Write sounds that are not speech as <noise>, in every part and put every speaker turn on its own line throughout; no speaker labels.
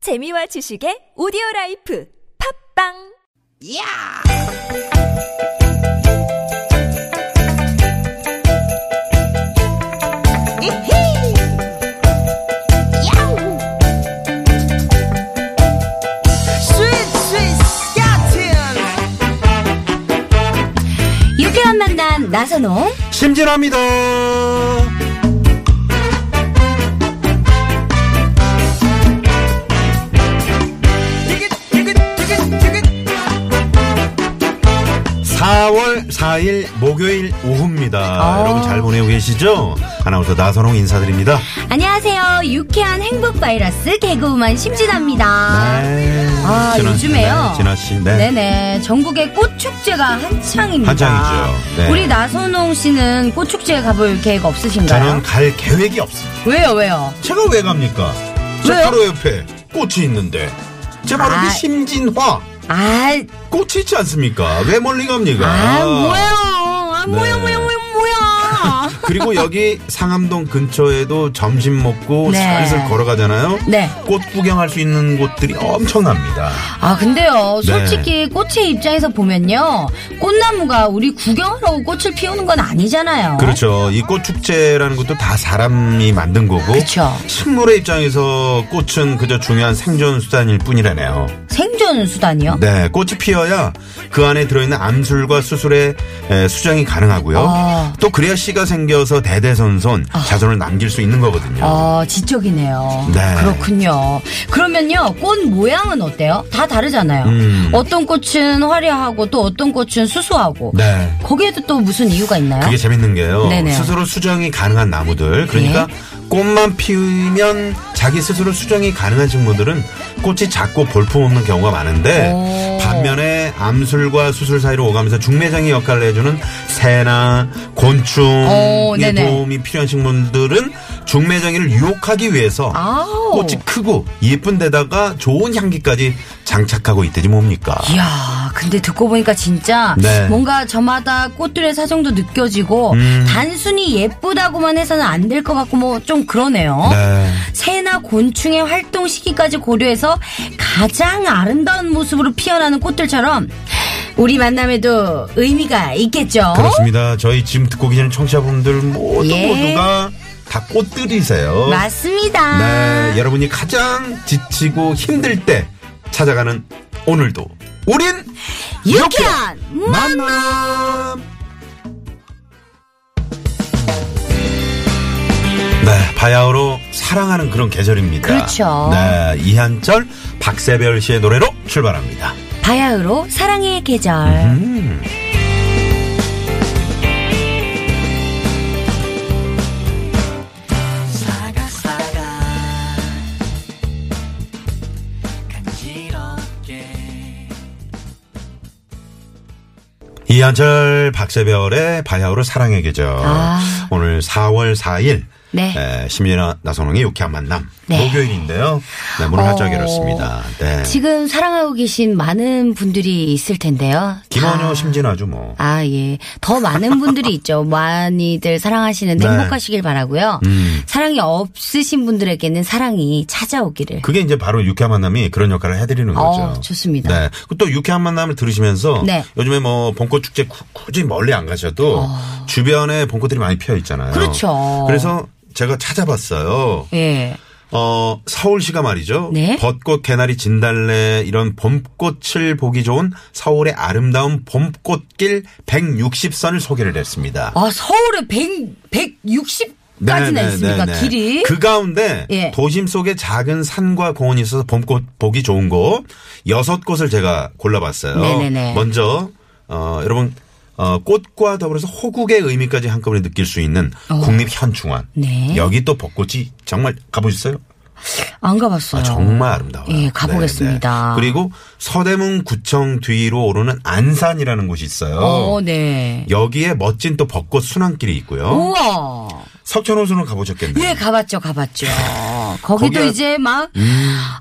재미와 지식의 오디오 라이프 팝빵
야! 이히! 야우! 스윗 스윗 야
유쾌한 만남 나선홍
심진합니다.
티켓 티켓 티켓 티켓
4월 4일 목요일 오후입니다.
어.
여러분 잘 보내고 계시죠? 아나운서 나선홍 인사드립니다.
안녕하세요 유쾌한 행복 바이러스 개그우먼 심진아입니다
네.
아
진아-
요즘에요
네, 진아 씨, 네.
네 전국의 꽃축제가 한창입니다
한창이죠. 네.
우리 나선홍 씨는 꽃축제 가볼 계획 없으신가요?
저는 갈 계획이 없습니다.
왜요 왜요
제가 왜 갑니까? 제
왜요?
바로 옆에 꽃이 있는데 제 바로
아.
옆에 심진화
아,
꽃이 있지 않습니까? 왜 멀리 갑니까?
아 뭐예요 아
네.
뭐야 뭐야 뭐야
<laughs>
뭐야
그리고 여기 상암동 근처에도 점심 먹고
네.
살살 걸어가잖아요.
네.
꽃 구경할 수 있는 곳들이 엄청납니다.
아 근데요
네.
솔직히 꽃의 입장에서 보면요 꽃나무가 우리 구경하러 꽃을 피우는 건 아니잖아요
그렇죠. 이 꽃축제라는 것도 다 사람이 만든 거고.
그쵸.
식물의 입장에서 꽃은 그저 중요한 생존 수단일 뿐이라네요.
생존 수단이요
네, 꽃이 피어야 그 안에 들어있는 암술과 수술의 에, 수정이 가능하고요.
아.
또 그래야 씨가 생겨서 대대손손 자손을 남길 수 있는 거거든요.
어, 지적이네요.
네.
그렇군요. 그러면요, 꽃 모양은 어때요? 다 다르잖아요.
음.
어떤 꽃은 화려하고 또 어떤 꽃은 수수하고.
네.
거기에도 또 무슨 이유가 있나요?
그게 재밌는 게요.
네네요. 예.
스스로 수정이 가능한 나무들. 그러니까 꽃만 피우면 자기 스스로 수정이 가능한 식물들은 꽃이 작고 볼품없는 경우가 많은데
오.
반면에 암술과 수술 사이로 오가면서 중매장의 역할을 해주는 새나
오,
곤충에
네네.
도움이 필요한 식물들은 중매장이를 유혹하기 위해서
아우.
꽃이 크고 예쁜 데다가 좋은 향기까지 장착하고 있대지 뭡니까?
이야, 근데 듣고 보니까 진짜
네.
뭔가 저마다 꽃들의 사정도 느껴지고
음.
단순히 예쁘다고만 해서는 안 될 것 같고 뭐 좀 그러네요.
네.
새나 곤충의 활동 시기까지 고려해서 가장 아름다운 모습으로 피어나는 꽃들처럼 우리 만남에도 의미가 있겠죠.
그렇습니다. 저희 지금 듣고 계시는 청취자분들 모두
어? 예.
모두가 다 꽃들이세요.
맞습니다.
네, 여러분이 가장 지치고 힘들 때 찾아가는 오늘도 우린
유쾌한
만남. 네, 바야흐로 사랑하는 그런 계절입니다.
그렇죠.
네, 이한철, 박세별 씨의 노래로 출발합니다.
바야흐로 사랑의 계절.
음.
사가 사가 간지럽게
이한철 박세별의 바야흐로 사랑의 계절.
아.
오늘 4월 4일.
네.
에, 심리나 나선홍의 유쾌한 만남.
네.
목요일인데요. 네, 문을
어.
활짝 열었습니다. 네.
지금 사랑하고 계신 많은 분들이 있을 텐데요.
김원효,
다-
심진아죠, 뭐.
아, 예. 더 많은 분들이 있죠. 많이들 사랑하시는데
네. 음.
행복하시길 바라고요. 사랑이 없으신 분들에게는 사랑이 찾아오기를.
그게 이제 바로 유쾌한 만남이 그런 역할을 해드리는 거죠.
어, 좋습니다.
네. 그리고 또 유쾌한 만남을 들으시면서
네.
요즘에 뭐 봄꽃 축제 구- 굳이 멀리 안 가셔도 주변에 봄꽃들이 많이 피어 있잖아요.
어. 그렇죠.
그래서 제가 찾아봤어요.
예.
어, 서울시가 말이죠.
네.
벚꽃, 개나리, 진달래 이런 봄꽃을 보기 좋은 서울의 아름다운 봄꽃길 160선을 소개를 했습니다.
아, 서울에 100, 160까지나
네,
있습니까?
네, 네.
길이?
그 가운데
예.
도심 속에 작은 산과 공원이 있어서 봄꽃 보기 좋은 곳 여섯 곳을 제가 골라봤어요.
네, 네, 네.
먼저 어, 여러분 어, 꽃과 더불어서 호국의 의미까지 한꺼번에 느낄 수 있는 국립현충원.
어. 네.
여기 또 벚꽃이 정말 가보셨어요?
안 가봤어요.
아, 정말 아름다워요.
음. 예, 가보겠습니다.
네, 네. 그리고 서대문 구청 뒤로 오르는 안산이라는 곳이 있어요.
어, 네.
여기에 멋진 또 벚꽃 순환길이 있고요.
우와.
석촌호수는 가보셨겠네요.
예, 가봤죠, 가봤죠. 거기도
거기야-
이제 막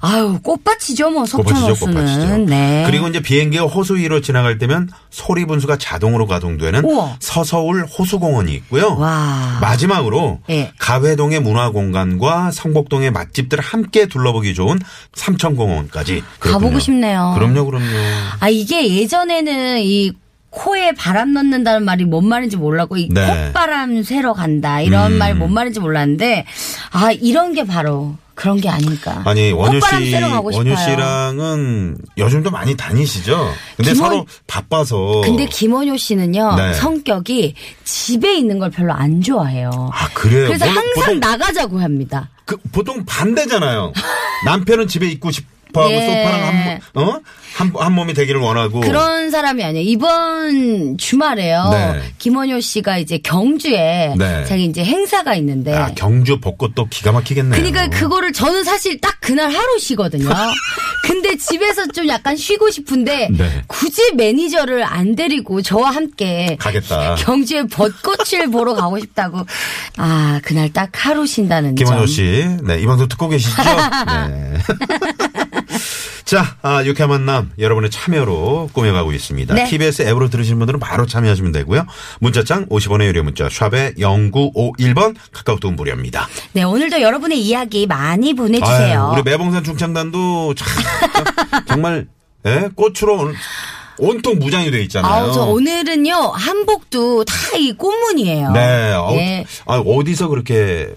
아유 꽃밭이죠 뭐
음. 꽃밭이죠,
석촌호수는
꽃밭이죠.
네.
그리고 이제 비행기가 호수 위로 지나갈 때면 소리 분수가 자동으로 가동되는
우와.
서서울 호수공원이 있고요.
와.
마지막으로
예.
가회동의 문화공간과 성곡동의 맛집들을 함께 둘러보기 좋은 삼천공원까지
가보고
그렇군요.
싶네요.
그럼요, 그럼요.
아 이게 예전에는 이 코에 바람 넣는다는 말이 뭔 말인지 몰랐고 이
네.
콧바람 쐬러 간다 이런
음.
말 뭔 말인지 몰랐는데 아 이런 게 바로 그런 게 아닐까.
아니 원유
콧바람
씨,
쐬러 음. 가고
원유
싶어요.
씨랑은 요즘도 많이 다니시죠. 근데
김원-
서로 바빠서.
근데 김원효 씨는요
네.
성격이 집에 있는 걸 별로 안 좋아해요.
아 그래요.
그래서
보통-
항상
보통
나가자고 합니다.
그 보통
<laughs>
반대잖아요. 남편은 집에 있고 싶어하고
예.
소파랑 한, 몸- 어? 한, 한 몸이 되기를 원하고.
그런 사람이 아니에요. 이번 주말에요.
네.
김원효 씨가 이제 경주에
네.
자기 이제 행사가 있는데.
아, 경주 벚꽃도 기가 막히겠네요.
네. 그러니까 그거를 저는 사실 딱 그날 하루
<laughs>
쉬거든요. 근데 집에서 좀 약간 쉬고 싶은데
네.
굳이 매니저를 안 데리고 저와 함께
가겠다.
경주에 벚꽃을 보러 가고 싶다고. 아 그날 딱 하루 쉰다는
김원효
점.
씨, 네, 이 방송
<laughs>
듣고 계시죠? 네. 자, 아, 유쾌한 만남 여러분의 참여로 꾸며가고 있습니다.
네.
TBS 앱으로 들으시는 분들은 바로 참여하시면 되고요. 문자창 50원의 유료 문자, 샵에 0951번 카카오톡 무료입니다.
네 오늘도 여러분의 이야기 많이
아유,
보내주세요.
우리 매봉산 중창단도 참, 정말, 예? 꽃으로 오늘 온통 무장이 돼 있잖아요.
아우, 저 오늘은요, 한복도 다 이 꽃무늬예요
네. 어,
예,
아, 어디서 그렇게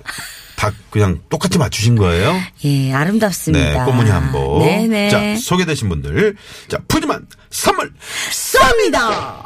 다 그냥 똑같이 맞추신 거예요?
예, 아름답습니다.
네, 꽃무늬 한복.
네네.
자, 소개되신 분들. 자, 푸짐한 선물!
쏩니다!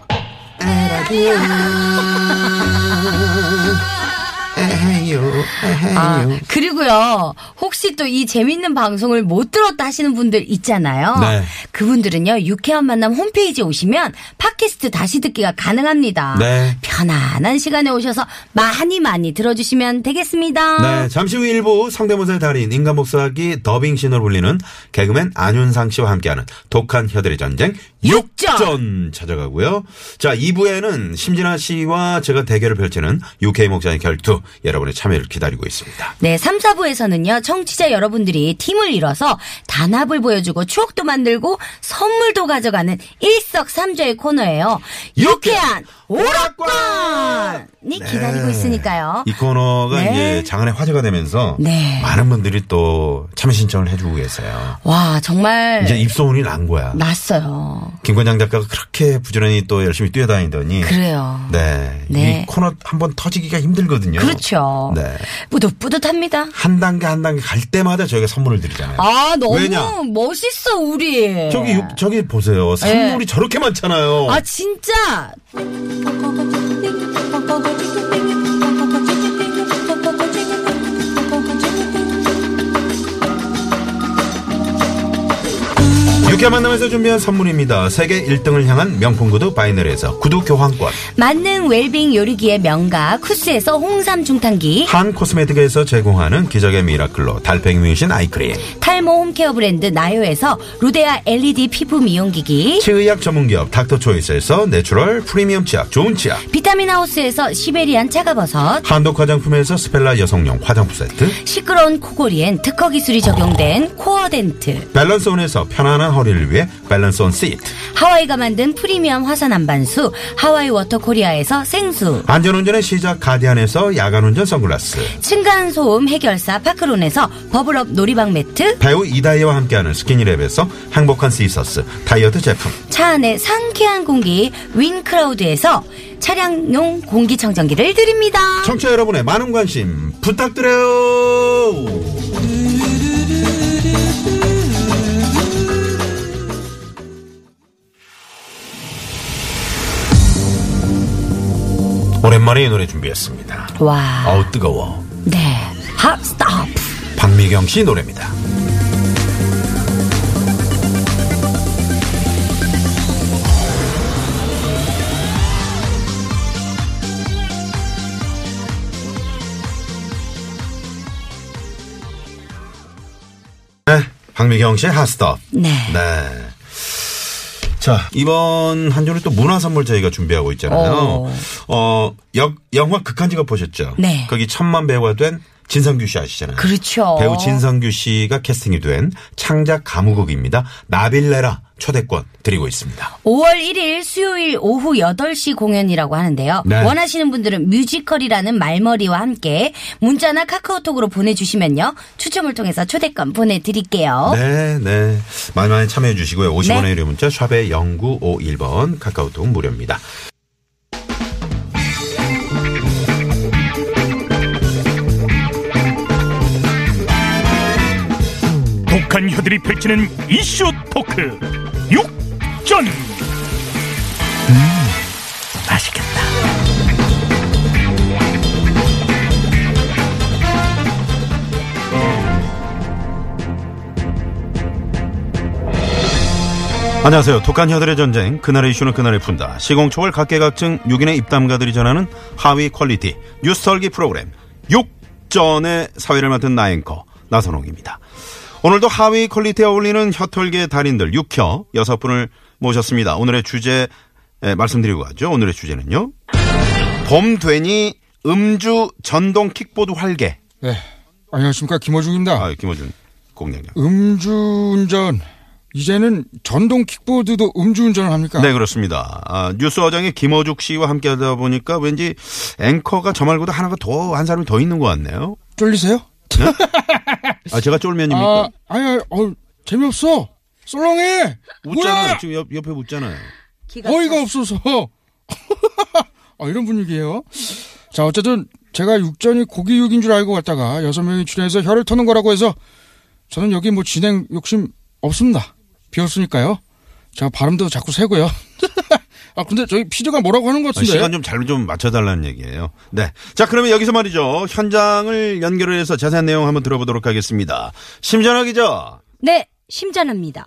아, 그리고요, 혹시 또 이 재밌는 방송을 못 들었다 하시는 분들 있잖아요.
네.
그분들은요, 유쾌한 만남 홈페이지 오시면 팟캐스트 다시 듣기가 가능합니다.
네.
편안한 시간에 오셔서 많이 많이 들어주시면 되겠습니다.
네, 잠시 후 1부 성대모사의 달인 인간 복사기 더빙 신으로 불리는 개그맨 안윤상 씨와 함께하는 독한 혀들의 전쟁
육전!
6전 찾아가고요. 자, 2부에는 심진아 씨와 제가 대결을 펼치는 UK 목장의 결투 여러분의 참여를 기다리고 있습니다.
네, 3, 4부에서는요, 청취자 여러분들이 팀을 이뤄서 단합을 보여주고 추억도 만들고 선물도 가져가는 일석삼조의 코너예요. 유쾌한 오락관이 기다리고 있으니까요.
네. 이 코너가
네.
이제 장안의 화제가 되면서
네.
많은 분들이 또 참여 신청을 해주고 계세요.
와,
이제
정말
입소문이 난 거야.
났어요.
김권장 작가가 그렇게 부지런히 또 열심히 뛰어다니더니
그래요.
네.
네.
이 코너 한 번 터지기가 힘들거든요.
그렇죠.
네.
뿌듯뿌듯합니다.
한 단계 한 단계 갈 때마다 저희가 선물을 드리잖아요.
아, 너무
왜냐?
멋있어, 우리.
저기 육- 저기 보세요. 선물이 저렇게 많잖아요.
네. 아, 진짜.
유쾌한 만남에서 준비한 선물입니다. 세계 1등을 향한 명품 구두 바이너리에서 구두 교환권.
만능 웰빙 요리기의 명가 쿠스에서 홍삼 중탕기
한 코스메틱에서 제공하는 기적의 미라클로 달팽이 뮤신 아이크림.
탈모 홈케어 브랜드 나요에서 루데아 LED 피부 미용기기
치의학 전문기업 닥터초이스에서 내추럴 프리미엄 치약 좋은 치약.
비타민 하우스에서 시베리안 차가버섯
한독 화장품에서 스펠라 여성용 화장품 세트.
시끄러운 코골이엔 특허 기술이 적용된 코어 덴트
밸런스온에서 편안한 허리를 위해 밸런스온 시트.
하와이가 만든 프리미엄 화산 안반수 하와이 워터 코리아에서 생수
안전운전의 시작 가디안에서 야간운전 선글라스.
층간소음 해결사 파크론에서 버블업 놀이방 매트
배우 이다희와 함께하는 스키니랩에서 행복한 시서스 다이어트 제품.
차 안에 상쾌한 공기 윙크라우드에서 차량용 공기청정기를 드립니다
청취자 여러분의 많은 관심 부탁드려요. 오랜만에 이 노래 준비했습니다.
와
아우 뜨거워.
네. 핫 스톱.
박미경 씨 노래입니다. 네, 박미경 씨의 핫스톱.
네.
네. 자, 이번 한 주는 또 문화 선물 저희가 준비하고 있잖아요.
어.
어, 역- 영화 극한직업 보셨죠?
네.
거기 천만 배우가 된 진성규 씨 아시잖아요.
그렇죠.
배우 진성규 씨가 캐스팅이 된 창작 가무곡입니다. 나빌레라 초대권 드리고 있습니다.
5월 1일 수요일 오후 8시 공연이라고 하는데요.
네.
원하시는 분들은 뮤지컬이라는 말머리와 함께 문자나 카카오톡으로 보내주시면요. 추첨을 통해서 초대권 보내드릴게요.
네, 네. 많이 많이 참여해 주시고요. 50원의
어? 네.
유료 문자 샵에 0951번 카카오톡 무료입니다.
북한 혀들이 펼치는 이슈 토크 육전 음, 맛있겠다
안녕하세요. 독한 혀들의 전쟁, 그날의 이슈는 그날에 푼다. 시공초월 각계각층 6인의 입담가들이 전하는 하위 퀄리티 뉴스털기 프로그램 육전의 사회를 맡은 나앵커 나선홍입니다. 오늘도 하위 퀄리티에 어울리는 혀털계 달인들 육혀 여섯 분을 모셨습니다. 오늘의 주제 에, 말씀드리고 가죠. 오늘의 주제는요. 봄 되니 음주 전동 킥보드 활개.
네. 안녕하십니까. 김호중입니다.
아, 예. 김호준 공장장.
음주운전. 이제는 전동 킥보드도 음주운전을 합니까?
네, 그렇습니다. 아, 뉴스 어장의 김어죽 씨와 함께 하다 보니까 왠지 앵커가 저 말고도 하나가 더, 한 사람이 더 있는 것 같네요.
쫄리세요?
아, 제가
아,
쫄면입니까?
아니, 아니, 어, 재미없어. 썰렁해.
웃잖아요.
뭐야?
지금 옆, 옆에 웃잖아요.
어이가 없어서. <laughs> 아, 이런 분위기예요. 자, 어쨌든 제가 육전이 고기육인 줄 알고 왔다가 여섯 명이 출연해서 혀를 터는 거라고 해서 저는 여기 뭐 진행 욕심 없습니다. 비었으니까요. 제가 발음도 자꾸 세고요. <laughs> 아, 근데 저기 피디가 뭐라고 하는 것
아,
같은데.
시간 좀 잘 좀 맞춰달라는 얘기예요. 네. 자, 그러면 여기서 말이죠. 현장을 연결을 해서 자세한 내용 한번 들어보도록 하겠습니다. 심전하 기자.
네, 심잔합니다.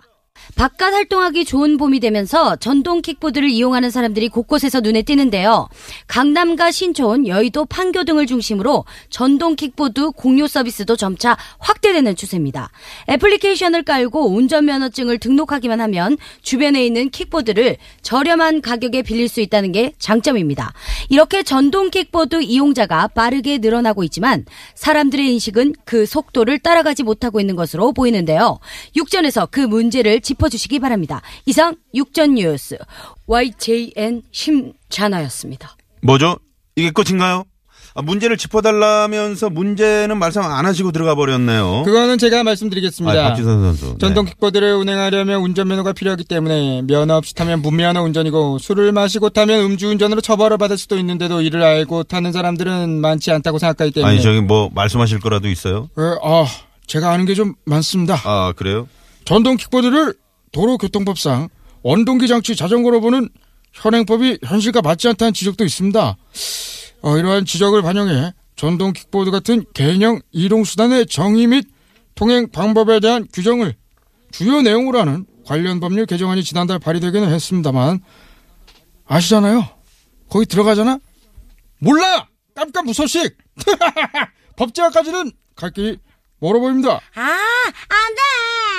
바깥 활동하기 좋은 봄이 되면서 전동 킥보드를 이용하는 사람들이 곳곳에서 눈에 띄는데요. 강남과 신촌, 여의도, 판교 등을 중심으로 전동 킥보드 공유 서비스도 점차 확대되는 추세입니다. 애플리케이션을 깔고 운전면허증을 등록하기만 하면 주변에 있는 킥보드를 저렴한 가격에 빌릴 수 있다는 게 장점입니다. 이렇게 전동 킥보드 이용자가 빠르게 늘어나고 있지만 사람들의 인식은 그 속도를 따라가지 못하고 있는 것으로 보이는데요. 육전에서 그 문제를 짚어주시기 바랍니다. 이상 육전 뉴스 YJN 심찬아였습니다.
뭐죠? 이게 끝인가요? 아, 문제를 짚어달라면서 문제는 말씀 안 하시고 들어가 버렸네요.
그거는 제가
아,
말씀드리겠습니다.
박지선 선수. 네.
전동 킥보드를 운행하려면 운전면허가 필요하기 때문에 면허 없이 타면 무면허 운전이고 술을 마시고 타면 음주운전으로 처벌을 받을 수도 있는데도 이를 알고 타는 사람들은 많지 않다고 생각하기 때문에
아니, 저기 뭐 말씀하실 거라도 있어요?
어, 아, 제가 아는 게 좀 많습니다.
아, 그래요?
전동 킥보드를 도로교통법상 원동기 장치 자전거로 보는 현행법이 현실과 맞지 않다는 지적도 있습니다. 어, 이러한 지적을 반영해 전동 킥보드 같은 개념 이동수단의 정의 및 통행 방법에 대한 규정을 주요 내용으로 하는 관련 법률 개정안이 지난달 발의되기는 했습니다만 아시잖아요. 거기 들어가잖아. 몰라. 깜깜 무소식. <laughs> 법제화까지는 갈 길이 멀어 보입니다.
아, 안 돼!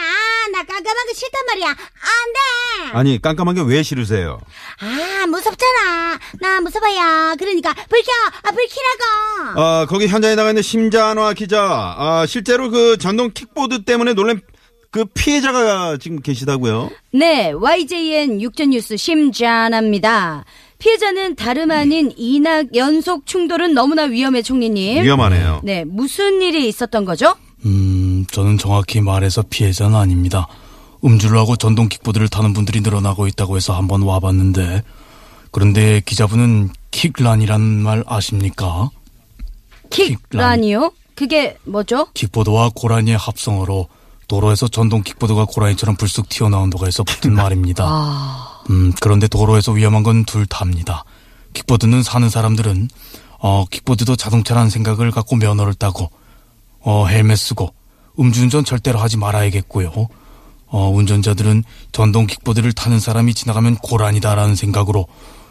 아, 나 깜깜한 거 싫단 말이야. 안 돼!
아니 깜깜한 게 왜 싫으세요?
아, 무섭잖아. 나 무서워요. 그러니까, 불켜! 아, 불키라고!
아 거기 현장에 나가 있는 심자한화 기자. 아 실제로 그 전동 킥보드 때문에 놀란 그 피해자가 지금 계시다고요?
네, YJN 육전 뉴스 심찬아입니다. 피해자는 다름 아닌 이낙 연속 충돌은 너무나 위험해 총리님.
위험하네요.
네, 무슨 일이 있었던 거죠?
음, 저는 정확히 말해서 피해자는 아닙니다. 음주를 하고 전동 킥보드를 타는 분들이 늘어나고 있다고 해서 한번 와봤는데, 그런데 기자분은 킥란이란 말 아십니까?
킥라니요? 그게 뭐죠?
킥보드와 고라니의 합성어로 도로에서 전동 킥보드가 고라니처럼 불쑥 튀어나온다고 해서 붙은 말입니다. 음, 그런데 도로에서 위험한 건 둘 다입니다. 킥보드는 사는 사람들은 어, 킥보드도 자동차라는 생각을 갖고 면허를 따고 어, 헬멧 쓰고 음주운전 절대로 하지 말아야겠고요. 어, 운전자들은 전동 킥보드를 타는 사람이 지나가면 고라니다라는 생각으로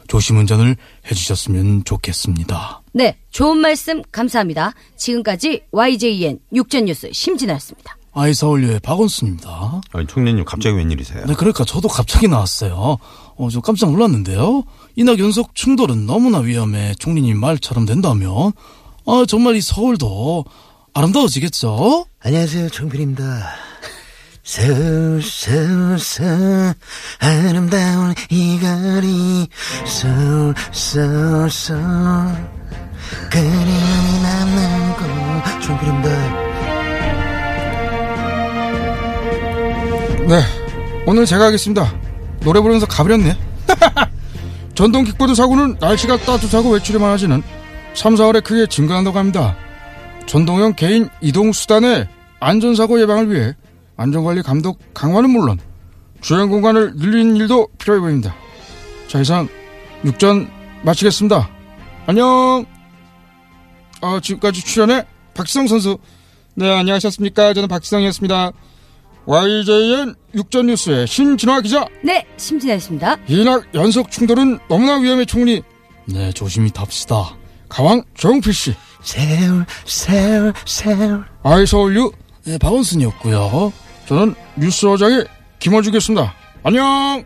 조심 운전을 해주셨으면 좋겠습니다.
네, 좋은 말씀 감사합니다. 지금까지 YJN 육전 뉴스 심진아였습니다.
아이서울류의 박원순입니다.
아니, 총리님 갑자기 웬일이세요?
뭐,
네, 그러니까 저도 갑자기 나왔어요. 어, 저 깜짝 놀랐는데요. 이낙 연속 충돌은 너무나 위험해. 총리님 말처럼 된다면. 아, 정말 이 서울도 아름다워지겠죠?
안녕하세요, 청필입니다. 서울서울서 아름다운 이 거리 서울서울서 그리움이 남는 곳 청필입니다.
네, 오늘 제가 하겠습니다. 노래 부르면서 가버렸네. <laughs> 전동 킥보드 사고는 날씨가 따뜻하고 외출이 많아지는 3, 4월에 크게 증가한다고 합니다. 전동형 개인 이동 수단의 안전사고 예방을 위해 안전관리 감독 강화는 물론 주행 공간을 늘리는 일도 필요해 보입니다. 자, 이상 6전 마치겠습니다. 안녕! 아, 지금까지 출연해 박지성 선수. 네, 안녕하셨습니까? 저는 박지성이었습니다. YJN 6전 뉴스의 신진화 기자.
네, 심진아였습니다.
이낙 연속 충돌은 너무나 위험해 총리
네, 조심히 탑시다.
가왕 정필 씨.
서울 서울 서울
아이서울유
네, 박원순이었고요.
저는 뉴스 어장의 김원주겠습니다. 안녕.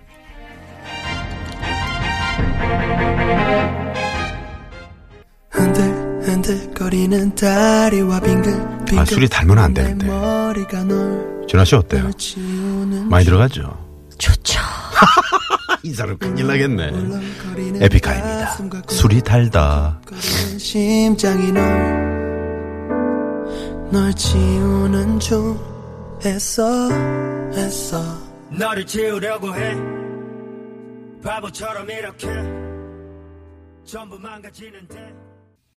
흔들흔들거리는 다리와 빙글빙글
아, 술이 달면 안 되는데.
내 머리가 널
진아 씨 어때요?
치우는
많이 들어가죠?
뭐, 좋죠.
<laughs> 이 사람 큰일 나겠네. 에픽하입니다. 술이 달다.
거리는 심장이 널, 널 지우는 중 애써 애써
너를 지우려고 해 바보처럼 이렇게 전부 망가지는데